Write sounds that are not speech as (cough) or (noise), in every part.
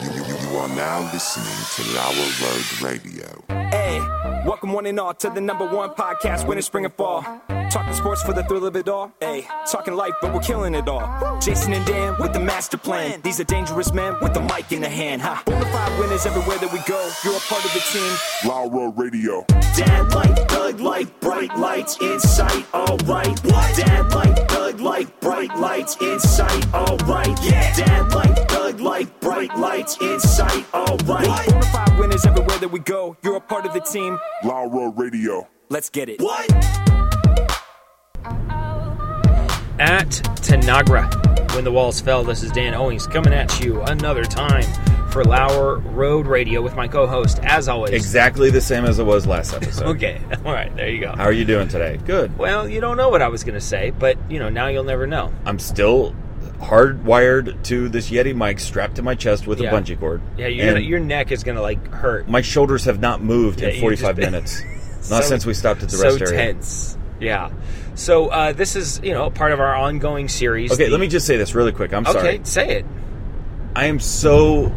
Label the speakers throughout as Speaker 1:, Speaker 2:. Speaker 1: are now listening to Lower Road Radio.
Speaker 2: Hey, welcome one and all to the number one podcast, winter, spring, and fall. Talking sports for the thrill of it all. Hey, talking life, but we're killing it all. Jason and Dan with the master plan. These are dangerous men with the mic in the hand. Ha. Bona fide winners everywhere that we go. You're a part of the team.
Speaker 1: Laura Radio.
Speaker 2: Dad light, thug light, bright lights in sight, alright. Dad light, thug light, bright lights in sight, alright. Yeah. Dad light, thug light, bright lights in sight, alright. Bona fide winners everywhere that we go. You're a part of the team.
Speaker 1: Laura Radio.
Speaker 2: Let's get it.
Speaker 1: What?
Speaker 3: at Tanagra. When the walls fell, this is Dan Owings coming at you another time for Lauer Road Radio with my co-host, as always.
Speaker 4: Exactly the same as it was last episode.
Speaker 3: Okay, (laughs) all right, there you go.
Speaker 4: How are you doing today? Good.
Speaker 3: Well, you don't know what I was going to say, but you know now you'll never know.
Speaker 4: I'm still hardwired to this Yeti mic strapped to my chest with
Speaker 3: Yeah.
Speaker 4: a bungee cord.
Speaker 3: Yeah, you're
Speaker 4: And
Speaker 3: gonna, your neck is going to like hurt.
Speaker 4: my shoulders have not moved
Speaker 3: Yeah,
Speaker 4: in
Speaker 3: you've (laughs)
Speaker 4: 45
Speaker 3: just been
Speaker 4: minutes. Not
Speaker 3: so-
Speaker 4: since we stopped at (laughs) the
Speaker 3: so
Speaker 4: rest area.
Speaker 3: tense. Yeah. So uh, this is you know part of our ongoing series.
Speaker 4: Okay,
Speaker 3: The-
Speaker 4: let me just say this really quick. I'm
Speaker 3: Okay,
Speaker 4: sorry.
Speaker 3: say it.
Speaker 4: I am so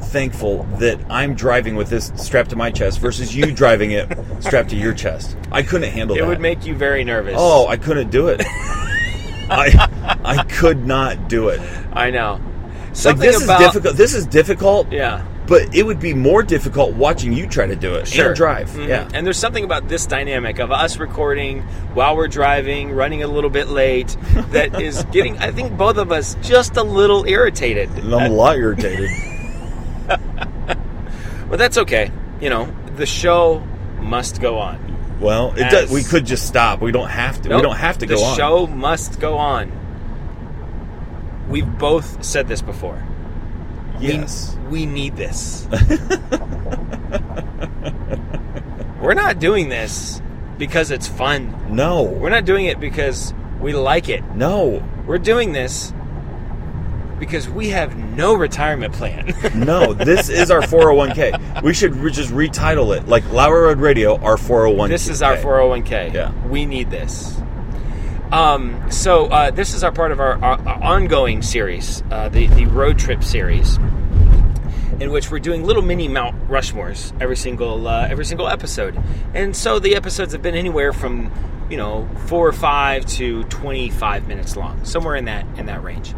Speaker 4: thankful that I'm driving with this strapped to my chest versus you driving it
Speaker 3: (laughs)
Speaker 4: strapped to your chest. I couldn't handle
Speaker 3: It
Speaker 4: that.
Speaker 3: would make you very nervous.
Speaker 4: oh, I couldn't do
Speaker 3: (laughs)
Speaker 4: it. I I could not do it.
Speaker 3: I know.
Speaker 4: Like
Speaker 3: Something
Speaker 4: this
Speaker 3: about
Speaker 4: is difficult. This is difficult.
Speaker 3: Yeah.
Speaker 4: But it would be more difficult watching you try to do it and drive.
Speaker 3: Mhm.
Speaker 4: Yeah.
Speaker 3: And there's something about this dynamic of us recording while we're driving, running a little bit late, that
Speaker 4: (laughs)
Speaker 3: is getting, I think, both of us just a little irritated.
Speaker 4: And I'm a
Speaker 3: (laughs)
Speaker 4: lot irritated.
Speaker 3: But that's okay. You know, the show must go on.
Speaker 4: Well, it
Speaker 3: Yes.
Speaker 4: does, we could just stop. We don't have to.
Speaker 3: Nope,
Speaker 4: we don't have to
Speaker 3: the
Speaker 4: go on.
Speaker 3: show must go on. We've both said this before.
Speaker 4: Yes.
Speaker 3: We need
Speaker 4: (laughs)
Speaker 3: this. we're not doing this because it's fun.
Speaker 4: No.
Speaker 3: We're not doing it because we like it.
Speaker 4: no.
Speaker 3: We're doing this because we have no retirement plan. (laughs)
Speaker 4: No. This is our 401k. We should re- just retitle it like Lower Road Radio. Our 401.
Speaker 3: this is our 401k.
Speaker 4: Yeah.
Speaker 3: We need this. Um, so uh, this is our part of our, our, our ongoing series, uh, the, the road trip series, in which we're doing little mini Mount Rushmores every single uh, every single episode. And so the episodes have been anywhere from you know four or five to twenty five minutes long, somewhere in that in that range.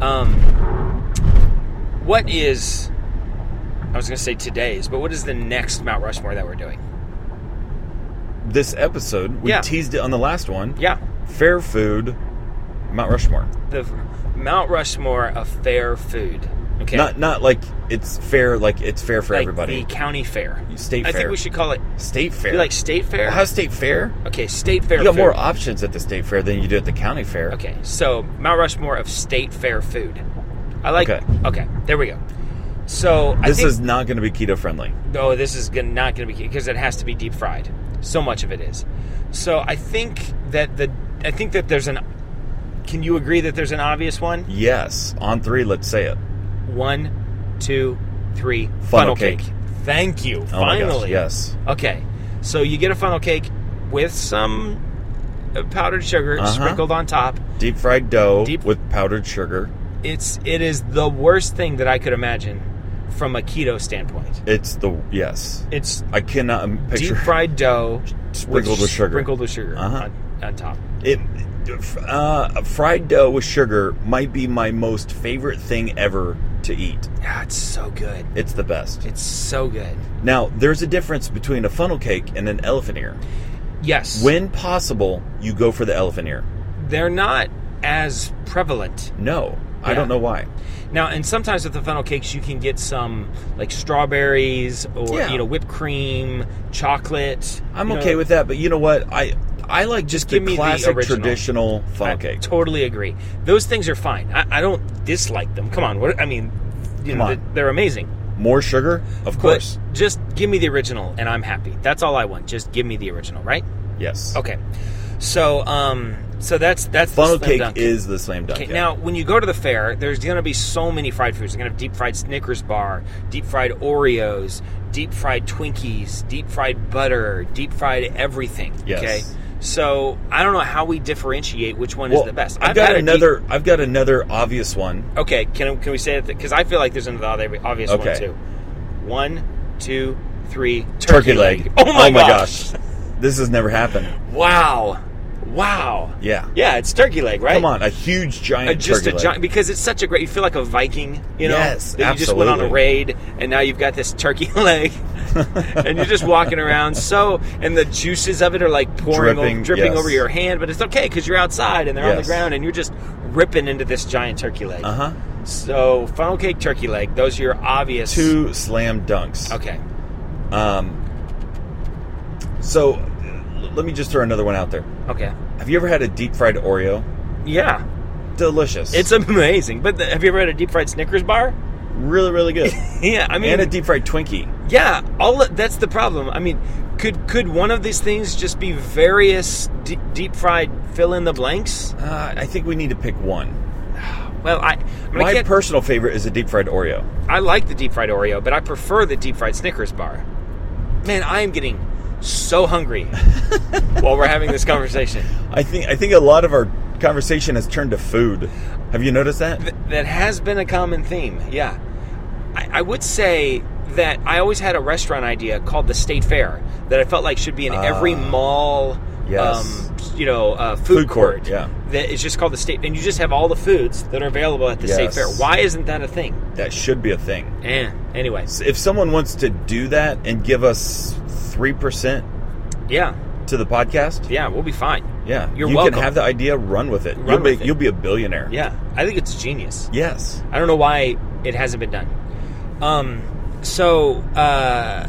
Speaker 3: Um, what is I was going to say today's, but what is the next Mount Rushmore that we're doing?
Speaker 4: This episode we
Speaker 3: Yeah.
Speaker 4: teased it on the last one.
Speaker 3: Yeah,
Speaker 4: Fair food, Mount Rushmore.
Speaker 3: the Mount Rushmore of fair food. Okay,
Speaker 4: Not not like it's fair. Like it's fair for
Speaker 3: Like
Speaker 4: everybody.
Speaker 3: The county fair,
Speaker 4: State
Speaker 3: I think
Speaker 4: fair.
Speaker 3: we should call it
Speaker 4: state fair.
Speaker 3: be like state fair.
Speaker 4: How's state fair?
Speaker 3: okay, state fair.
Speaker 4: You got
Speaker 3: food.
Speaker 4: more options at the state fair than you do at the county fair.
Speaker 3: Okay, so Mount Rushmore of state fair food. I like.
Speaker 4: Okay.
Speaker 3: okay there we go. So I
Speaker 4: This
Speaker 3: think,
Speaker 4: is not going to be keto friendly.
Speaker 3: no, this is gonna, not going to be because it has to be deep fried. So much of it is. So I think that the I think that there's an. Can you agree that there's an obvious one?
Speaker 4: Yes, on three, let's say it.
Speaker 3: One, two, three. Funnel,
Speaker 4: cake.
Speaker 3: Thank you.
Speaker 4: Oh my
Speaker 3: Finally.
Speaker 4: gosh, yes.
Speaker 3: Okay. So you get a funnel cake with some uh, powdered sugar
Speaker 4: Uh-huh.
Speaker 3: sprinkled on top.
Speaker 4: Deep fried dough
Speaker 3: Deep-
Speaker 4: with powdered sugar.
Speaker 3: It's it is the worst thing that I could imagine from a keto standpoint.
Speaker 4: It's the yes.
Speaker 3: It's
Speaker 4: I cannot um, picture
Speaker 3: deep fried
Speaker 4: (laughs)
Speaker 3: dough
Speaker 4: Sprinkled with sugar.
Speaker 3: Sprinkled with sugar
Speaker 4: Uh-huh.
Speaker 3: on, on top.
Speaker 4: it. Uh, fried dough with sugar might be my most favorite thing ever to eat.
Speaker 3: Ah, it's so good.
Speaker 4: It's the best.
Speaker 3: It's so good.
Speaker 4: Now, there's a difference between a funnel cake and an elephant ear.
Speaker 3: Yes.
Speaker 4: When possible, you go for the elephant ear.
Speaker 3: they're not as prevalent
Speaker 4: No, I
Speaker 3: Yeah.
Speaker 4: don't know why.
Speaker 3: Now, and sometimes with the funnel cakes, you can get some like strawberries or
Speaker 4: Yeah.
Speaker 3: you know whipped cream, chocolate.
Speaker 4: I'm
Speaker 3: you
Speaker 4: okay
Speaker 3: know.
Speaker 4: with that, but you know what? I I like just
Speaker 3: give
Speaker 4: the
Speaker 3: me the
Speaker 4: classic
Speaker 3: original.
Speaker 4: traditional
Speaker 3: I
Speaker 4: funnel cake.
Speaker 3: totally agree. Those things are fine. I, I don't dislike them. Come on, what I mean, you
Speaker 4: Come
Speaker 3: know,
Speaker 4: on.
Speaker 3: th- they're amazing.
Speaker 4: More sugar, of
Speaker 3: But
Speaker 4: course.
Speaker 3: just give me the original, and I'm happy. That's all I want. Just give me the original, right?
Speaker 4: yes.
Speaker 3: Okay. So, um, so that's that's
Speaker 4: Funnel
Speaker 3: the slam
Speaker 4: cake
Speaker 3: dunk.
Speaker 4: is the slam dunk.
Speaker 3: Okay,
Speaker 4: yeah.
Speaker 3: Now, when you go to the fair, there's going to be so many fried foods. They're going to have deep fried Snickers bar, deep fried Oreos, deep fried Twinkies, deep fried butter, deep fried everything.
Speaker 4: Yes.
Speaker 3: Okay. So I don't know how we differentiate which one
Speaker 4: Well,
Speaker 3: is the best.
Speaker 4: I've,
Speaker 3: had
Speaker 4: got
Speaker 3: a
Speaker 4: another. I've got another obvious one.
Speaker 3: deep- okay, can can we say it? Because I feel like there's another obvi- obvious one
Speaker 4: Okay.
Speaker 3: too. One, two, three. Turkey,
Speaker 4: Turkey leg.
Speaker 3: (laughs) Oh my, gosh.
Speaker 4: (laughs) This has never happened.
Speaker 3: Wow! Wow!
Speaker 4: Yeah.
Speaker 3: Yeah, it's turkey leg, right?
Speaker 4: Come on, a huge giant.
Speaker 3: Uh, just
Speaker 4: turkey
Speaker 3: a
Speaker 4: leg.
Speaker 3: giant because it's such a great. You feel like a Viking, you know.
Speaker 4: Yes,
Speaker 3: that you just went on a
Speaker 4: absolutely.
Speaker 3: raid, and now you've got this turkey (laughs)
Speaker 4: (laughs)
Speaker 3: leg, and you're just walking around. So, and the juices of it are like pouring,
Speaker 4: Dripping,
Speaker 3: over, dripping
Speaker 4: yes.
Speaker 3: over your hand, but it's okay because you're outside and they're on the
Speaker 4: Yes.
Speaker 3: ground, and you're just ripping into this giant turkey leg.
Speaker 4: Uh huh.
Speaker 3: So, funnel cake turkey leg. Those are your obvious.
Speaker 4: Two slam dunks.
Speaker 3: Okay.
Speaker 4: Um. So, l- let me just throw another one out there.
Speaker 3: Okay.
Speaker 4: Have you ever had a deep fried Oreo?
Speaker 3: Yeah,
Speaker 4: Delicious.
Speaker 3: it's amazing. But the, have you ever had a deep fried Snickers bar?
Speaker 4: really, really good.
Speaker 3: (laughs) Yeah, I mean,
Speaker 4: and a deep fried Twinkie.
Speaker 3: Yeah, all of- that's the problem. I mean, could could one of these things just be various d- deep fried fill in the blanks?
Speaker 4: Uh, I think we need to pick one.
Speaker 3: Well, I I, mean, I,
Speaker 4: My
Speaker 3: can't-
Speaker 4: personal favorite is a deep fried Oreo.
Speaker 3: I like the deep fried Oreo, but I prefer the deep fried Snickers bar. Man, I am getting so
Speaker 4: (laughs)
Speaker 3: hungry while we're having this conversation.
Speaker 4: I think I think a lot of our conversation has turned to food. Have you noticed that?
Speaker 3: Th- that has been a common theme. Yeah, I, I would say that I always had a restaurant idea called the State Fair that I felt like should be in every
Speaker 4: Ah.
Speaker 3: mall.
Speaker 4: Yes.
Speaker 3: Um, you know, uh, food,
Speaker 4: Food court, yeah.
Speaker 3: that is just called the state, and you just have all the foods that are available at the state
Speaker 4: Yes.
Speaker 3: fair. Why isn't that a thing?
Speaker 4: That should be a thing.
Speaker 3: Eh. Anyway,
Speaker 4: S- If someone wants to do that and give us 3%
Speaker 3: yeah,
Speaker 4: to the podcast,
Speaker 3: yeah, we'll be fine.
Speaker 4: yeah,
Speaker 3: You're
Speaker 4: you
Speaker 3: welcome.
Speaker 4: can have the idea, run with it.
Speaker 3: Run
Speaker 4: you'll, be,
Speaker 3: with it.
Speaker 4: you'll be a billionaire.
Speaker 3: Yeah, I think it's genius.
Speaker 4: Yes.
Speaker 3: I don't know why it hasn't been done. Um, so uh,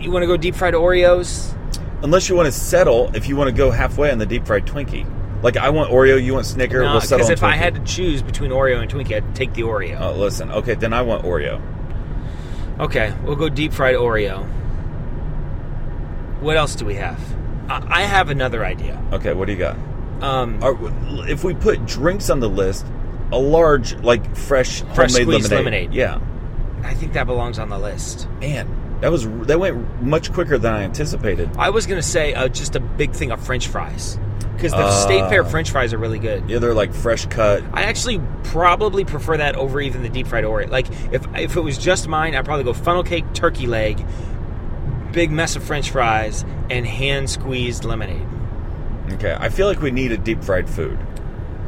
Speaker 3: you want to go deep fried Oreos?
Speaker 4: Unless you want to settle if you want to go halfway on the deep fried Twinkie. Like I want Oreo, you want Snicker,
Speaker 3: No,
Speaker 4: we'll settle
Speaker 3: because
Speaker 4: on
Speaker 3: if I
Speaker 4: Twinkie.
Speaker 3: had to choose between Oreo and Twinkie, I'd take the Oreo.
Speaker 4: Oh, listen. Okay, then I want Oreo. Oh.
Speaker 3: Okay, we'll go deep fried Oreo. What else do we have? I, I have another idea.
Speaker 4: Okay, what do you got?
Speaker 3: Um,
Speaker 4: Are, if we put drinks on the list, a large like fresh,
Speaker 3: Fresh
Speaker 4: homemade
Speaker 3: squeezed
Speaker 4: lemonade.
Speaker 3: lemonade.
Speaker 4: Yeah,
Speaker 3: I think that belongs on the list.
Speaker 4: man, that was that went much quicker than I anticipated.
Speaker 3: I was gonna say uh, just a big thing of French fries because the
Speaker 4: Ah.
Speaker 3: state fair French fries are really good.
Speaker 4: Yeah, they're like fresh cut.
Speaker 3: I actually probably prefer that over even the deep fried Oreo. Like if if it was just mine, I'd probably go funnel cake, turkey leg, big mess of French fries, and hand squeezed lemonade.
Speaker 4: Okay, I feel like we need a deep fried food.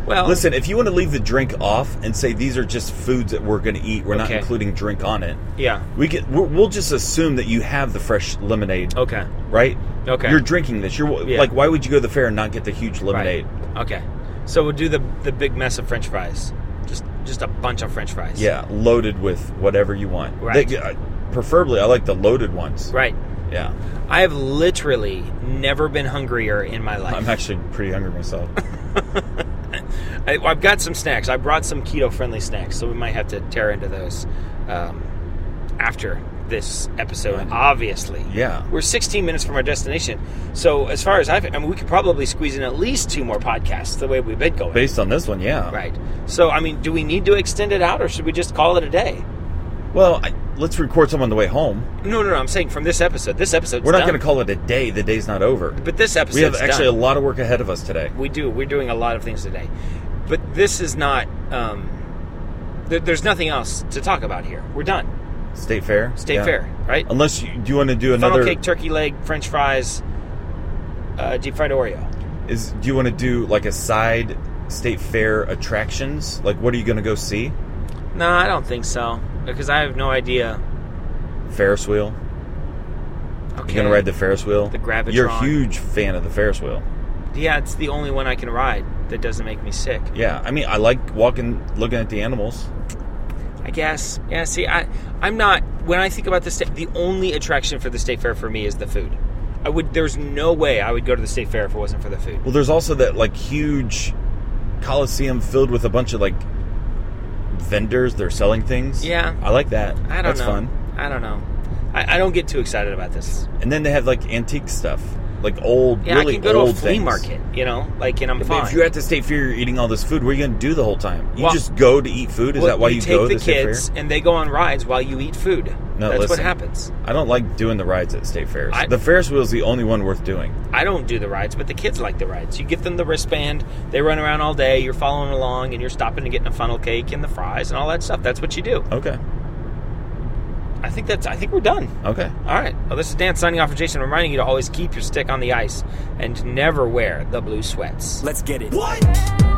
Speaker 3: Well,
Speaker 4: Listen, if you want to leave the drink off and say these are just foods that we're going to eat, we're not
Speaker 3: Okay.
Speaker 4: including drink on it.
Speaker 3: yeah,
Speaker 4: We get we're, we'll just assume that you have the fresh lemonade,
Speaker 3: okay,
Speaker 4: right?
Speaker 3: Oh. Okay.
Speaker 4: You're drinking this. You're
Speaker 3: Yeah.
Speaker 4: like, why would you go to the fair and not get the huge lemonade?
Speaker 3: right, okay. So we'll do the the big mess of French fries, just just a bunch of French fries.
Speaker 4: Yeah, loaded with whatever you want.
Speaker 3: Right.
Speaker 4: They- uh, preferably, I like the loaded ones.
Speaker 3: right.
Speaker 4: Yeah.
Speaker 3: I have literally never been hungrier in my life.
Speaker 4: I'm actually pretty
Speaker 3: (laughs)
Speaker 4: hungry myself.
Speaker 3: I, I've got some snacks. I brought some keto-friendly snacks, so we might have to tear into those um, after this episode. Obviously,
Speaker 4: Yeah.
Speaker 3: We're 16 minutes from our destination, so as far as I've, I mean, we could probably squeeze in at least two more podcasts the way we've been going.
Speaker 4: Based on this one, yeah.
Speaker 3: Right. So, I mean, do we need to extend it out, or should we just call it a day?
Speaker 4: Well, I, let's record some on the way home.
Speaker 3: No, no, no. I'm saying from this episode. This episode.
Speaker 4: We're not going to call it a day. The day's not over.
Speaker 3: But this episode.
Speaker 4: we have actually a lot of work ahead of us today.
Speaker 3: we do we're doing a lot of things today but this is not um there, there's nothing else to talk about here we're done
Speaker 4: State fair.
Speaker 3: State
Speaker 4: Yeah.
Speaker 3: fair right
Speaker 4: Unless you, do you want to do
Speaker 3: funnel
Speaker 4: another?
Speaker 3: cake turkey leg french fries uh, deep fried oreo
Speaker 4: Is do you want to do like a side state fair attractions? Like, what are you going to go see?
Speaker 3: no i don't think so because i have no idea
Speaker 4: Ferris wheel.
Speaker 3: okay
Speaker 4: You going to ride the Ferris wheel?
Speaker 3: The Gravitron.
Speaker 4: You're a huge fan of the Ferris wheel.
Speaker 3: yeah it's the only one i can ride that doesn't make me sick
Speaker 4: Yeah, I mean, I like walking, looking at the animals.
Speaker 3: i guess yeah see i i'm not when i think about the state the only attraction for the state fair for me is the food i would there's no way i would go to the state fair if it wasn't for the food
Speaker 4: Well, there's also that like huge coliseum filled with a bunch of like vendors. They're selling things.
Speaker 3: Yeah.
Speaker 4: I like that.
Speaker 3: I don't
Speaker 4: That's
Speaker 3: know.
Speaker 4: fun.
Speaker 3: I don't know. I, I don't get too excited about this.
Speaker 4: And then they have like antique stuff. like old,
Speaker 3: Yeah,
Speaker 4: really
Speaker 3: I can go
Speaker 4: old
Speaker 3: to a flea
Speaker 4: things.
Speaker 3: market, you know, like, and I'm
Speaker 4: But
Speaker 3: fine.
Speaker 4: If you're at the state fair, you're eating all this food. What are you going to do the whole time? You
Speaker 3: Well-
Speaker 4: just go to eat food. Is
Speaker 3: Well,
Speaker 4: that why you,
Speaker 3: take
Speaker 4: go to
Speaker 3: the
Speaker 4: the state
Speaker 3: kids
Speaker 4: fair?
Speaker 3: and they go on rides while you eat food?
Speaker 4: No,
Speaker 3: That's what
Speaker 4: listen.
Speaker 3: happens.
Speaker 4: I don't like doing the rides at state fairs.
Speaker 3: I-
Speaker 4: the Ferris wheel is the only one worth doing.
Speaker 3: I don't do the rides, but the kids like the rides. You give them the wristband, they run around all day, you're following along, and you're stopping and getting a funnel cake and the fries and all that stuff. That's what you do.
Speaker 4: Okay,
Speaker 3: I think that's. I think we're done.
Speaker 4: okay.
Speaker 3: All right. Well, this is Dan signing off for Jason, reminding you to always keep your stick on the ice and never wear the blue sweats.
Speaker 2: Let's get it. What?